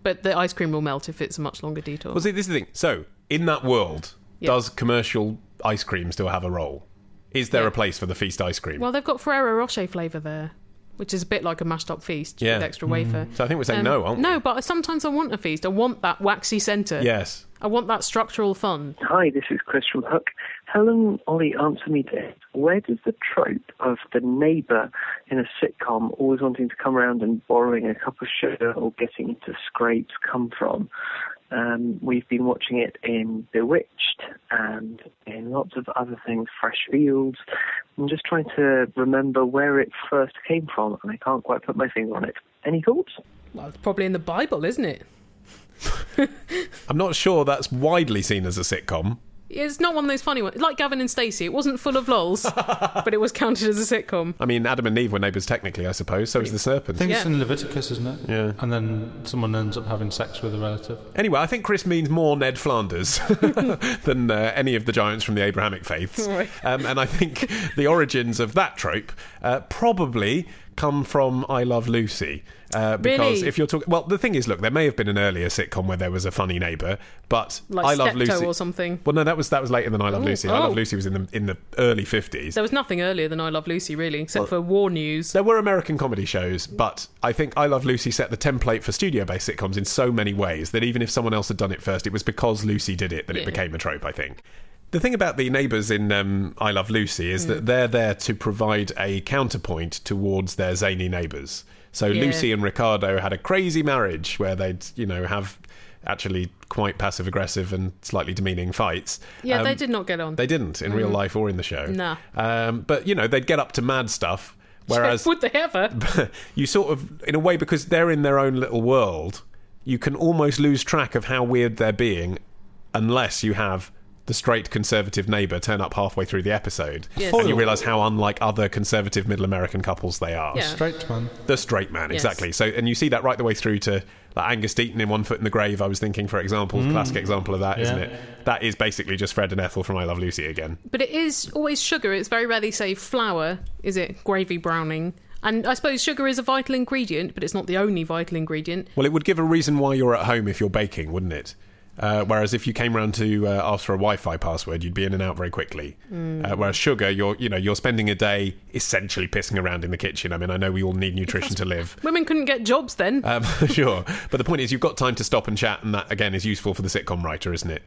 Speaker 1: But the ice cream will melt if it's a much longer detour.
Speaker 2: Well, see, this is the thing. So, in that world,
Speaker 1: Yeah.
Speaker 2: does commercial ice cream still have a role? Is there
Speaker 1: Yeah.
Speaker 2: a place for the feast ice cream?
Speaker 1: Well, they've got Ferrero Rocher flavour there, which is a bit like a mashed up feast
Speaker 2: Yeah.
Speaker 1: with extra wafer.
Speaker 2: so I think we're saying
Speaker 1: Um,
Speaker 2: no, aren't we?
Speaker 1: No, but sometimes I want a feast. I want that waxy centre.
Speaker 2: Yes.
Speaker 1: I want that structural fun.
Speaker 6: Hi, this is Chris from Hook. Helen, Ollie, answer me this. Where does the trope of the neighbour in a sitcom always wanting to come around and borrowing a cup of sugar or getting into scrapes come from? Um, we've been watching it in Bewitched and in lots of other things, Fresh Fields. I'm just trying to remember where it first came from, and I can't quite put my finger on it. Any thoughts?
Speaker 1: Well, it's probably in the Bible, isn't it?
Speaker 2: I'm not sure that's widely seen as a sitcom.
Speaker 1: It's not one of those funny ones. Like Gavin and Stacey, it wasn't full of lols, but it was counted as a sitcom.
Speaker 2: I mean, Adam and Eve were neighbours technically, I suppose. So is the
Speaker 3: I
Speaker 2: serpent.
Speaker 3: think it's
Speaker 1: Yeah.
Speaker 3: in Leviticus, isn't it?
Speaker 2: Yeah.
Speaker 3: And then someone ends up having sex with a relative.
Speaker 2: Anyway, I think Chris means more Ned Flanders than uh, any of the giants from the Abrahamic faiths.
Speaker 1: Right.
Speaker 2: Um, and I think the origins of that trope uh, probably come from I Love Lucy. Uh, because
Speaker 1: Really?
Speaker 2: if you're talking, well, the thing is, look, there may have been an earlier sitcom where there was a funny neighbour, but
Speaker 1: Like
Speaker 2: I Love
Speaker 1: Steptoe
Speaker 2: Lucy
Speaker 1: or something.
Speaker 2: Well, no, that was that was later than I Love
Speaker 1: Ooh,
Speaker 2: Lucy. I Love
Speaker 1: oh.
Speaker 2: Lucy was in the in the early fifties.
Speaker 1: There was nothing earlier than I Love Lucy, really, except for war news.
Speaker 2: There were American comedy shows, but I think I Love Lucy set the template for studio based sitcoms in so many ways that even if someone else had done it first, it was because Lucy did it that it
Speaker 1: Yeah.
Speaker 2: became a trope, I think. The thing about the neighbours in um, I Love Lucy is
Speaker 1: Mm.
Speaker 2: that they're there to provide a counterpoint towards their zany neighbours. So
Speaker 1: Yeah.
Speaker 2: Lucy and Ricardo had a crazy marriage where they'd, you know, have actually quite passive aggressive and slightly demeaning fights.
Speaker 1: Yeah,
Speaker 2: Um,
Speaker 1: they Mm. did not get on.
Speaker 2: They didn't in real life or in the show.
Speaker 1: Nah.
Speaker 2: Um, but, you know, they'd get up to mad stuff. Whereas
Speaker 1: Would they ever?
Speaker 2: you sort of, in a way, because they're in their own little world, you can almost lose track of how weird they're being unless you have the straight conservative neighbour turn up halfway through the episode
Speaker 1: Yes.
Speaker 2: and you realise how unlike other conservative middle American couples they are.
Speaker 1: Yeah.
Speaker 3: Straight man.
Speaker 2: The straight man,
Speaker 1: Yes.
Speaker 2: exactly. So, and you see that right the way through to like Angus Deaton in One Foot in the Grave. I was thinking, for example, classic example of that, not
Speaker 3: Yeah.
Speaker 2: it? That is basically just Fred and Ethel from I Love Lucy again.
Speaker 1: But it is always sugar. It's very rarely say flour. Is it gravy browning? And I suppose sugar is a vital ingredient, but it's not the only vital ingredient.
Speaker 2: Well, it would give a reason why you're at home if you're baking, wouldn't it? Uh, whereas if you came round to uh, ask for a Wi-Fi password, you'd be in and out very quickly. Uh, whereas sugar, you're you know you're spending a day essentially pissing around in the kitchen. I mean, I know we all need nutrition to live.
Speaker 1: Women couldn't get jobs then.
Speaker 2: Um, sure, but the point is, you've got time to stop and chat, and that again is useful for the sitcom writer, isn't it?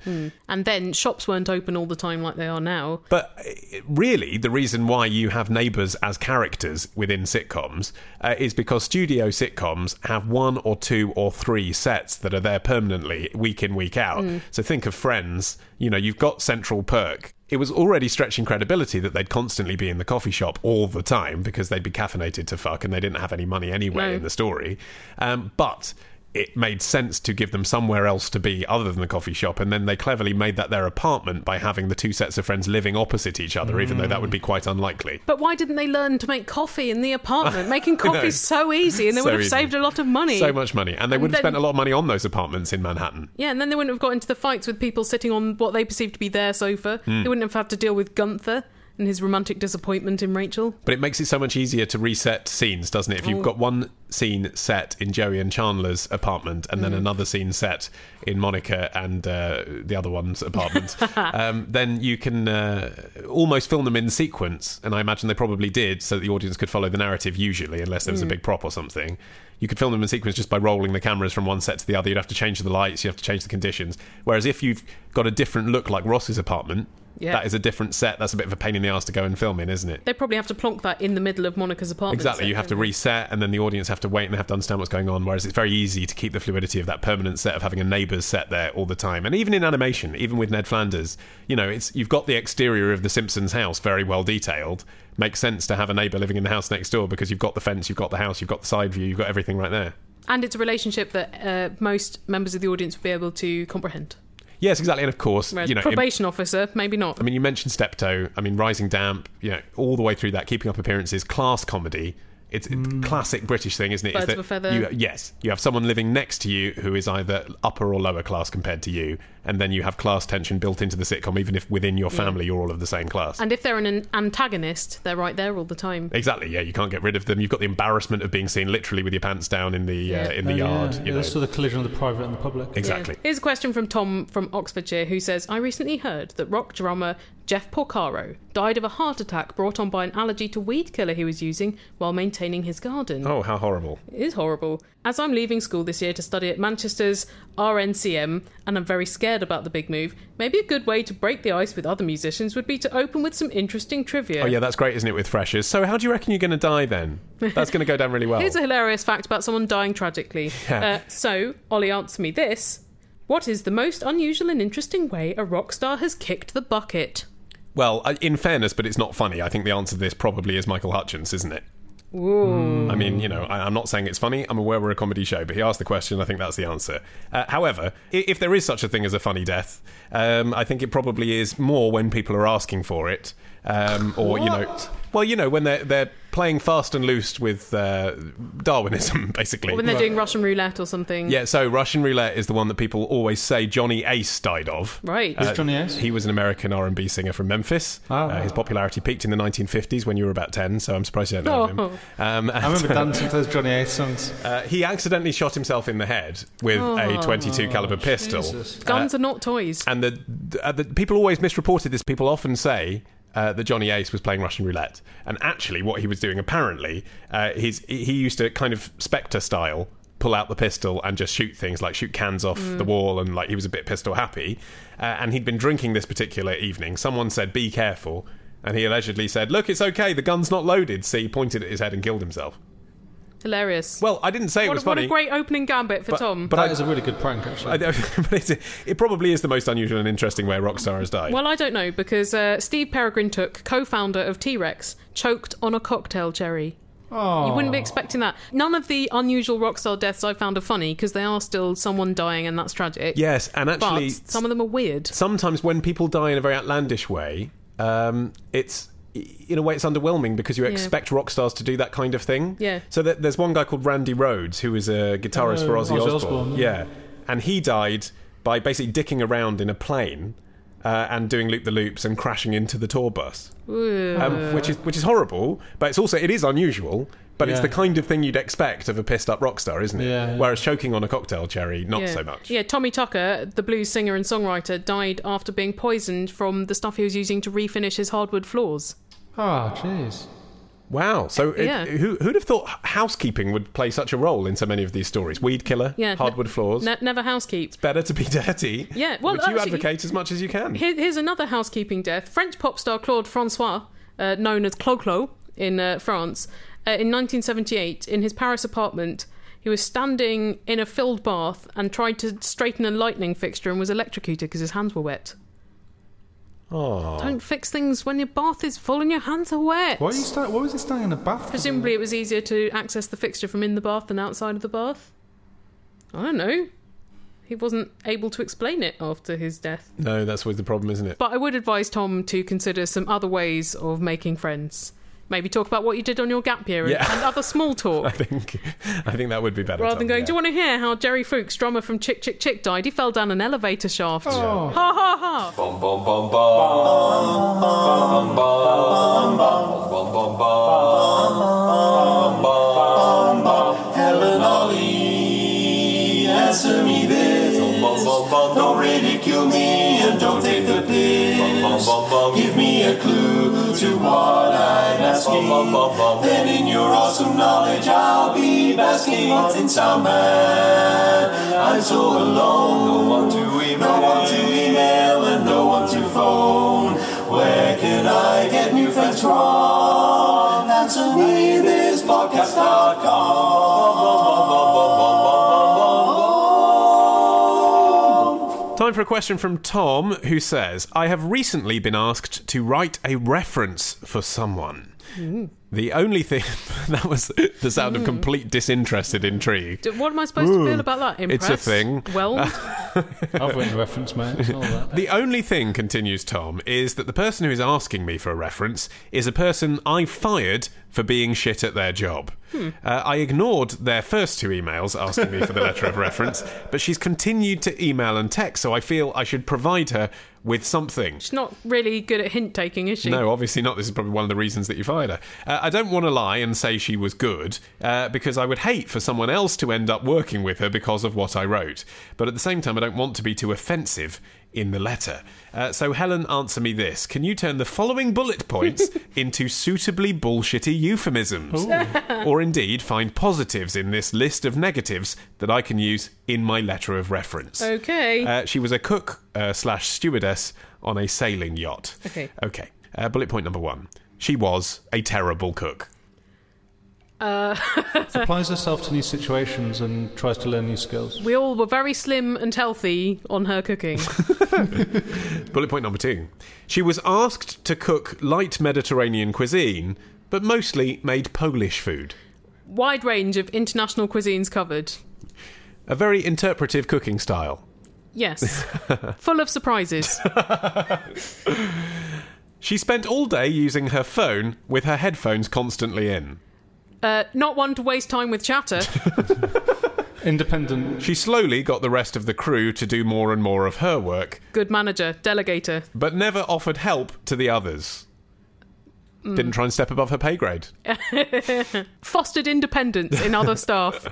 Speaker 1: and then shops weren't open all the time like they are now.
Speaker 2: But uh, really, the reason why you have neighbours as characters within sitcoms uh, is because studio sitcoms have one or two or three sets that are there permanently, week in, week out. So think of Friends. You know, you've got Central Perk. it was already stretching credibility that they'd constantly be in the coffee shop all the time because they'd be caffeinated to fuck and they didn't have any money anyway
Speaker 1: No.
Speaker 2: in the story. Um, but it made sense to give them somewhere else to be other than the coffee shop, and then they cleverly made that their apartment by having the two sets of friends living opposite each other, even though that would be quite unlikely.
Speaker 1: But why didn't they learn to make coffee in the apartment? Making coffee is so easy, and they
Speaker 2: So
Speaker 1: would have
Speaker 2: easy.
Speaker 1: saved a lot of money.
Speaker 2: So much money, and they would have
Speaker 1: Mm. then-
Speaker 2: spent a lot of money on those apartments in Manhattan.
Speaker 1: Yeah, and then they wouldn't have got into the fights with people sitting on what they perceived to be their sofa.
Speaker 2: Hmm.
Speaker 1: They wouldn't have had to deal with Gunther and his romantic disappointment in Rachel.
Speaker 2: But it makes it so much easier to reset scenes, doesn't it? If you've got one scene set in Joey and Chandler's apartment, and then another scene set in Monica and uh, the other one's apartment, um, then you can uh, almost film them in sequence. And I imagine they probably did, so that the audience could follow the narrative. Usually, unless there was a big prop or something, you could film them in sequence just by rolling the cameras from one set to the other. You'd have to change the lights, you have to change the conditions. Whereas if you've got a different look, like Ross's apartment.
Speaker 1: Yeah.
Speaker 2: That is a different set. That's a bit of a pain in the ass to go and film in, isn't it?
Speaker 1: They probably have to plonk that in the middle of Monica's apartment.
Speaker 2: Exactly.
Speaker 1: set,
Speaker 2: You have to
Speaker 1: don't
Speaker 2: reset, and then the audience have to wait and they have to understand what's going on. Whereas it's very easy to keep the fluidity of that permanent set of having a neighbour's set there all the time. And even in animation, even with Ned Flanders, you know, it's you've got the exterior of the Simpsons house very well detailed. Makes sense to have a neighbour living in the house next door because you've got the fence, you've got the house, you've got the side view, you've got everything right there.
Speaker 1: they? And it's a relationship that uh, most members of the audience would be able to comprehend.
Speaker 2: Yes, exactly. And of course,
Speaker 1: Whereas
Speaker 2: you know, it-
Speaker 1: probation officer, maybe not.
Speaker 2: I mean, you mentioned Steptoe. I mean, Rising Damp. You know, all the way through that, keeping up appearances, class comedy. It's a
Speaker 3: Mm.
Speaker 2: classic British thing, isn't it? Is
Speaker 1: Birds
Speaker 2: that
Speaker 1: of a feather.
Speaker 2: You, yes, you have someone living next to you who is either upper or lower class compared to you, and then you have class tension built into the sitcom, even if within your family you're all of the same class.
Speaker 1: and if they're an antagonist, they're right there all the time.
Speaker 2: exactly. Yeah, you can't get rid of them. You've got the embarrassment of being seen literally with your pants down in the uh,
Speaker 1: Yeah.
Speaker 2: in the
Speaker 3: Oh, yeah,
Speaker 2: yard.
Speaker 3: yeah,
Speaker 2: you know.
Speaker 3: that's sort of the collision of the private and the public.
Speaker 2: exactly.
Speaker 1: Yeah. Here's a question from Tom from Oxfordshire who says I recently heard that rock drummer Jeff Porcaro died of a heart attack brought on by an allergy to weed killer he was using while maintaining his garden.
Speaker 2: Oh, how horrible!
Speaker 1: It is horrible. As I'm leaving school this year to study at Manchester's RNCM and I'm very scared about the big move, maybe a good way to break the ice with other musicians would be to open with some interesting trivia.
Speaker 2: Oh yeah, that's great, isn't it? With freshers. So, how do you reckon you're going to die then? That's going to go down really well.
Speaker 1: Here's a hilarious fact about someone dying tragically.
Speaker 2: Yeah.
Speaker 1: Uh, so, Ollie, answer me this. What is the most unusual and interesting way a rock star has kicked the bucket?
Speaker 2: Well, I- in fairness, but it's not funny. I think the answer to this probably is Michael Hutchins, isn't it? I mean, you know, I, I'm not saying it's funny. I'm aware we're a comedy show, but he asked the question. I think that's the answer. Uh, however, i- if there is such a thing as a funny death, um, I think it probably is more when people are asking for it, um, or you know, well, you know, when they're they're playing fast and loose with uh, Darwinism, basically.
Speaker 1: When they're doing Russian roulette or something.
Speaker 2: yeah, so Russian roulette is the one that people always say Johnny Ace died of.
Speaker 1: Right.
Speaker 2: Uh,
Speaker 3: Who's Johnny Ace?
Speaker 2: He was an American R&B singer from Memphis.
Speaker 3: Ah.
Speaker 2: Uh, his popularity peaked in the 1950s when you were about 10, so I'm surprised you don't know of him. Um,
Speaker 3: Oh. I
Speaker 2: and,
Speaker 3: remember dancing to those Johnny Ace songs.
Speaker 2: uh, he accidentally shot himself in the head with
Speaker 3: Oh.
Speaker 2: a 22 caliber pistol.
Speaker 1: Guns are not toys.
Speaker 2: And the, uh, the people always misreported this. People often say uh, that Johnny Ace was playing Russian roulette, and actually, what he was doing apparently, uh, his he used to kind of Spectre style pull out the pistol and just shoot things like shoot cans off
Speaker 1: Mm.
Speaker 2: the wall and like he was a bit pistol happy uh, and he'd been drinking this particular evening someone said be careful and he allegedly said look it's okay the gun's not loaded see pointed at his head and killed himself
Speaker 1: Hilarious.
Speaker 2: well i didn't say it
Speaker 1: what,
Speaker 2: was
Speaker 1: what
Speaker 2: funny
Speaker 1: a great opening gambit for
Speaker 2: but,
Speaker 1: Tom.
Speaker 2: but
Speaker 3: That
Speaker 2: I,
Speaker 3: is a really good prank, actually.
Speaker 2: I, but it's, it probably is the most unusual and interesting way a rock star has died.
Speaker 1: well, I don't know because uh, Steve Peregrine Took, co founder of T Rex, choked on a cocktail cherry. You wouldn't be expecting that. None of the unusual rock star deaths I found are funny because they are still someone dying and that's tragic.
Speaker 2: yes, and actually,
Speaker 1: But some of them are weird.
Speaker 2: sometimes when people die in a very outlandish way, um, it's in a way it's underwhelming because you expect rock stars to do that kind of thing.
Speaker 1: Yeah.
Speaker 2: So there- there's one guy called Randy Rhodes who is a guitarist for
Speaker 3: Oh,
Speaker 2: Ozzy,
Speaker 3: Ozzy
Speaker 2: Osbourne.
Speaker 3: Osbourne,
Speaker 2: yeah. and he died by basically dicking around in a plane. Uh, and doing loop the loops and crashing into the tour bus, um, which is which is horrible, but it's also it is unusual, but it's
Speaker 3: Yeah.
Speaker 2: the kind of thing you'd expect of a pissed up rock star, isn't it?
Speaker 3: Yeah, yeah.
Speaker 2: Whereas choking on a cocktail cherry, not
Speaker 1: yeah.
Speaker 2: so much.
Speaker 1: Yeah, Tommy Tucker, the blues singer and songwriter, died after being poisoned from the stuff he was using to refinish his hardwood floors.
Speaker 3: Ah, jeez.
Speaker 2: Wow. So it,
Speaker 1: Yeah.
Speaker 2: who, who'd have thought housekeeping would play such a role in so many of these stories? Weed killer,
Speaker 1: Yeah,
Speaker 2: hardwood floors.
Speaker 1: Ne- never housekeep.
Speaker 2: Better to be dirty.
Speaker 1: Yeah, well,
Speaker 2: which you
Speaker 1: actually-
Speaker 2: advocate as much as you can.
Speaker 1: Here, here's another housekeeping death. French pop star Claude Francois, uh, known as Clo-Clo in uh, France, uh, in 1978, in his Paris apartment, he was standing in a filled bath and tried to straighten a lightning fixture and was electrocuted because his hands were wet.
Speaker 2: Oh.
Speaker 1: Don't fix things when your bath is full and your hands are wet.
Speaker 3: Why are you sta- why was he standing in the bath?
Speaker 2: Uh-huh.
Speaker 1: Presumably, it was easier to access the fixture from in the bath than outside of the bath. I don't know. He wasn't able to explain it after his death.
Speaker 2: No, that's always the problem, isn't it?
Speaker 1: But I would advise Tom to consider some other ways of making friends. Maybe talk about what you did on your gap year and-
Speaker 2: Yeah.
Speaker 1: and other small talk.
Speaker 2: I think I think that would be better.
Speaker 1: Rather than
Speaker 2: Tom,
Speaker 1: going,
Speaker 2: yeah.
Speaker 1: do you want to hear how Jerry Fuchs, drummer from Chick Chick Chick, died? He fell down an elevator shaft.
Speaker 2: Oh.
Speaker 1: Ha ha ha!
Speaker 9: Bum bum bum bum bum bum bum bum bum bum bum bum Helen Ollie, answer me this. Don't ridicule me and don't take the piss. Give me a clue to what I'm asking. Then in your awesome knowledge I'll be basking. Martin Soundman, I'm so alone. No one to email, no one to email and no one to phone. Where can I get new friends from? Answer me this podcast.com.
Speaker 2: Time for a question from Tom, who says, I have recently been asked to write a reference for someone.
Speaker 1: Mm.
Speaker 2: The only thing that was the sound of complete disinterested intrigue.
Speaker 1: D- What am I supposed
Speaker 2: Ooh,
Speaker 1: to feel about that?
Speaker 2: it's a
Speaker 1: Impressed?
Speaker 2: thing.
Speaker 1: Well,
Speaker 3: I've written reference, mate. and all that.
Speaker 2: The only thing, continues Tom, is that the person who is asking me for a reference is a person I fired for being shit at their job. Uh, I ignored their first two emails asking me for the letter of reference, but she's continued to email and text, so I feel I should provide her with something.
Speaker 1: she's not really good at hint taking, is she?
Speaker 2: No, obviously not. This is probably one of the reasons that you fired her. Uh, I don't want to lie and say she was good uh, because I would hate for someone else to end up working with her because of what I wrote. But at the same time, I don't want to be too offensive in the letter. Uh, so, Helen, answer me this Can you turn the following bullet points into suitably bullshitty euphemisms? or indeed find positives in this list of negatives that I can use in my letter of reference?
Speaker 1: Okay.
Speaker 2: Uh, she was a cook uh, slash stewardess on a sailing yacht.
Speaker 1: Okay.
Speaker 2: Okay. Uh, bullet point number one. She was a terrible cook.
Speaker 3: Applies herself to new situations and tries to learn new skills.
Speaker 1: we all were very slim and healthy on her cooking.
Speaker 2: Bullet point number two. She was asked to cook light Mediterranean cuisine, but mostly made Polish food.
Speaker 1: Wide range of international cuisines covered.
Speaker 2: A very interpretive cooking style.
Speaker 1: Yes. Full of surprises.
Speaker 2: She spent all day using her phone with her headphones constantly in.
Speaker 1: Uh, not one to waste time with chatter.
Speaker 3: Independent.
Speaker 2: She slowly got the rest of the crew to do more and more of her work,
Speaker 1: Good manager, delegator.
Speaker 2: but never offered help to the others. Didn't try and step above her pay grade.
Speaker 1: Fostered independence in other staff.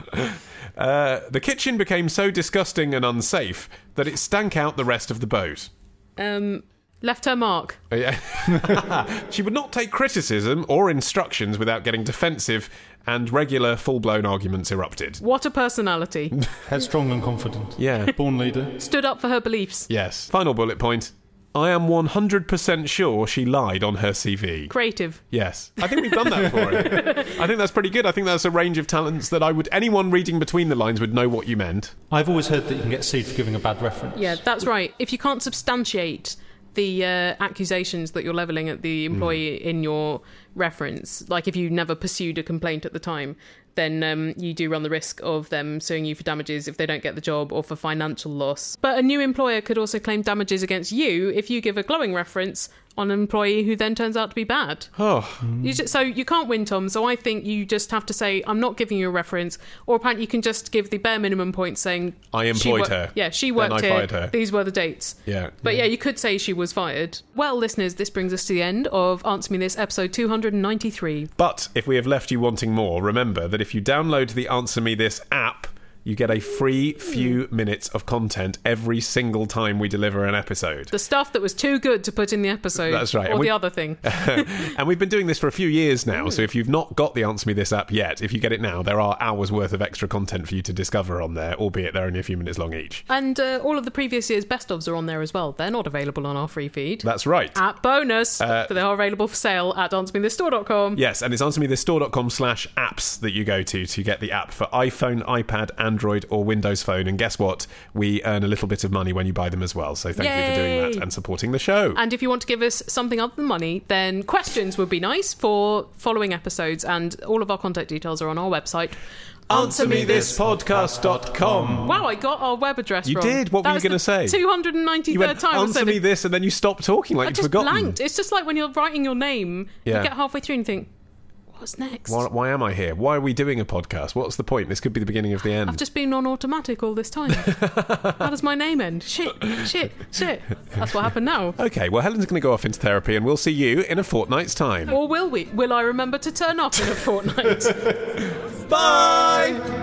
Speaker 2: Uh, the kitchen became so disgusting and unsafe that it stank out the rest of the boat.
Speaker 1: Um, left her mark.
Speaker 2: Uh, yeah. she would not take criticism or instructions without getting defensive, and regular full blown arguments erupted.
Speaker 1: What a personality.
Speaker 3: Headstrong and confident.
Speaker 2: Yeah.
Speaker 3: Born leader.
Speaker 1: Stood up for her beliefs.
Speaker 2: yes. Final bullet point. I am 100% sure she lied on her CV.
Speaker 1: Creative.
Speaker 2: Yes. I think we've done that for her. I think that's pretty good. I think that's a range of talents that I would, anyone reading between the lines would know what you meant.
Speaker 3: I've always heard that you can get seed for giving a bad reference.
Speaker 1: Yeah, that's right. If you can't substantiate the uh, accusations that you're leveling at the employee in your reference, like if you never pursued a complaint at the time, then um, you do run the risk of them suing you for damages if they don't get the job or for financial loss. But a new employer could also claim damages against you if you give a glowing reference on an employee who then turns out to be bad.
Speaker 2: Oh,
Speaker 1: You ju- so you can't win, Tom. So I think you just have to say, "I'm not giving you a reference," or apparently you can just give the bare minimum points, saying,
Speaker 2: I
Speaker 1: she
Speaker 2: employed her.
Speaker 1: Yeah, she
Speaker 2: Then
Speaker 1: worked
Speaker 2: I
Speaker 1: here.
Speaker 2: fired her."
Speaker 1: These were the dates.
Speaker 2: yeah.
Speaker 1: But yeah, you could say she was fired. Well, listeners, this brings us to the end of Answer Me This, episode 293.
Speaker 2: But if we have left you wanting more, remember that if you download the Answer Me This app, you get a free few minutes of content every single time we deliver an episode.
Speaker 1: The stuff that was too good to put in the episode.
Speaker 2: That's right.
Speaker 1: Or
Speaker 2: And we-
Speaker 1: the other thing.
Speaker 2: and we've been doing this for a few years now, so if you've not got the Answer Me This app yet, if you get it now, there are hours worth of extra content for you to discover on there, albeit they're only a few minutes long each.
Speaker 1: and uh, all of the previous year's best ofs are on there as well. They're not available on our free feed.
Speaker 2: That's right.
Speaker 1: At bonus,
Speaker 2: Uh,
Speaker 1: but they are available for sale at answermethisstore.com.
Speaker 2: Yes, and it's answermethisstore.com slash apps that you go to to get the app for iPhone, iPad, and Android or Windows phone. And guess what? We earn a little bit of money when you buy them as well. So thank you for doing
Speaker 1: Yay.
Speaker 2: that and supporting the show.
Speaker 1: And if you want to give us something other than money, then questions would be nice for following episodes. And all of our contact details are on our website.
Speaker 2: AnswerMeThisPodcast.com.
Speaker 1: Wow, I got our web address.
Speaker 2: You
Speaker 1: wrong.
Speaker 2: did? What
Speaker 1: That
Speaker 2: were you
Speaker 1: was the
Speaker 2: gonna say?
Speaker 1: 293rd
Speaker 2: You went,
Speaker 1: time. I
Speaker 2: answer
Speaker 1: said
Speaker 2: me
Speaker 1: it.
Speaker 2: this, and then you stopped talking like
Speaker 1: I
Speaker 2: you'd
Speaker 1: just
Speaker 2: forgotten.
Speaker 1: blanked. It's just like when you're writing your name,
Speaker 2: Yeah.
Speaker 1: you get halfway through and you think, "What's next?"
Speaker 2: Why, why am I here? Why are we doing a podcast? What's the point? This could be the beginning of the end.
Speaker 1: I've just been on automatic all this time. How does my name end? Shit, shit, shit. That's what happened now.
Speaker 2: Okay, well, Helen's going to go off into therapy, and we'll see you in a fortnight's time.
Speaker 1: Or will we? Will I remember to turn off in a fortnight?
Speaker 2: Bye!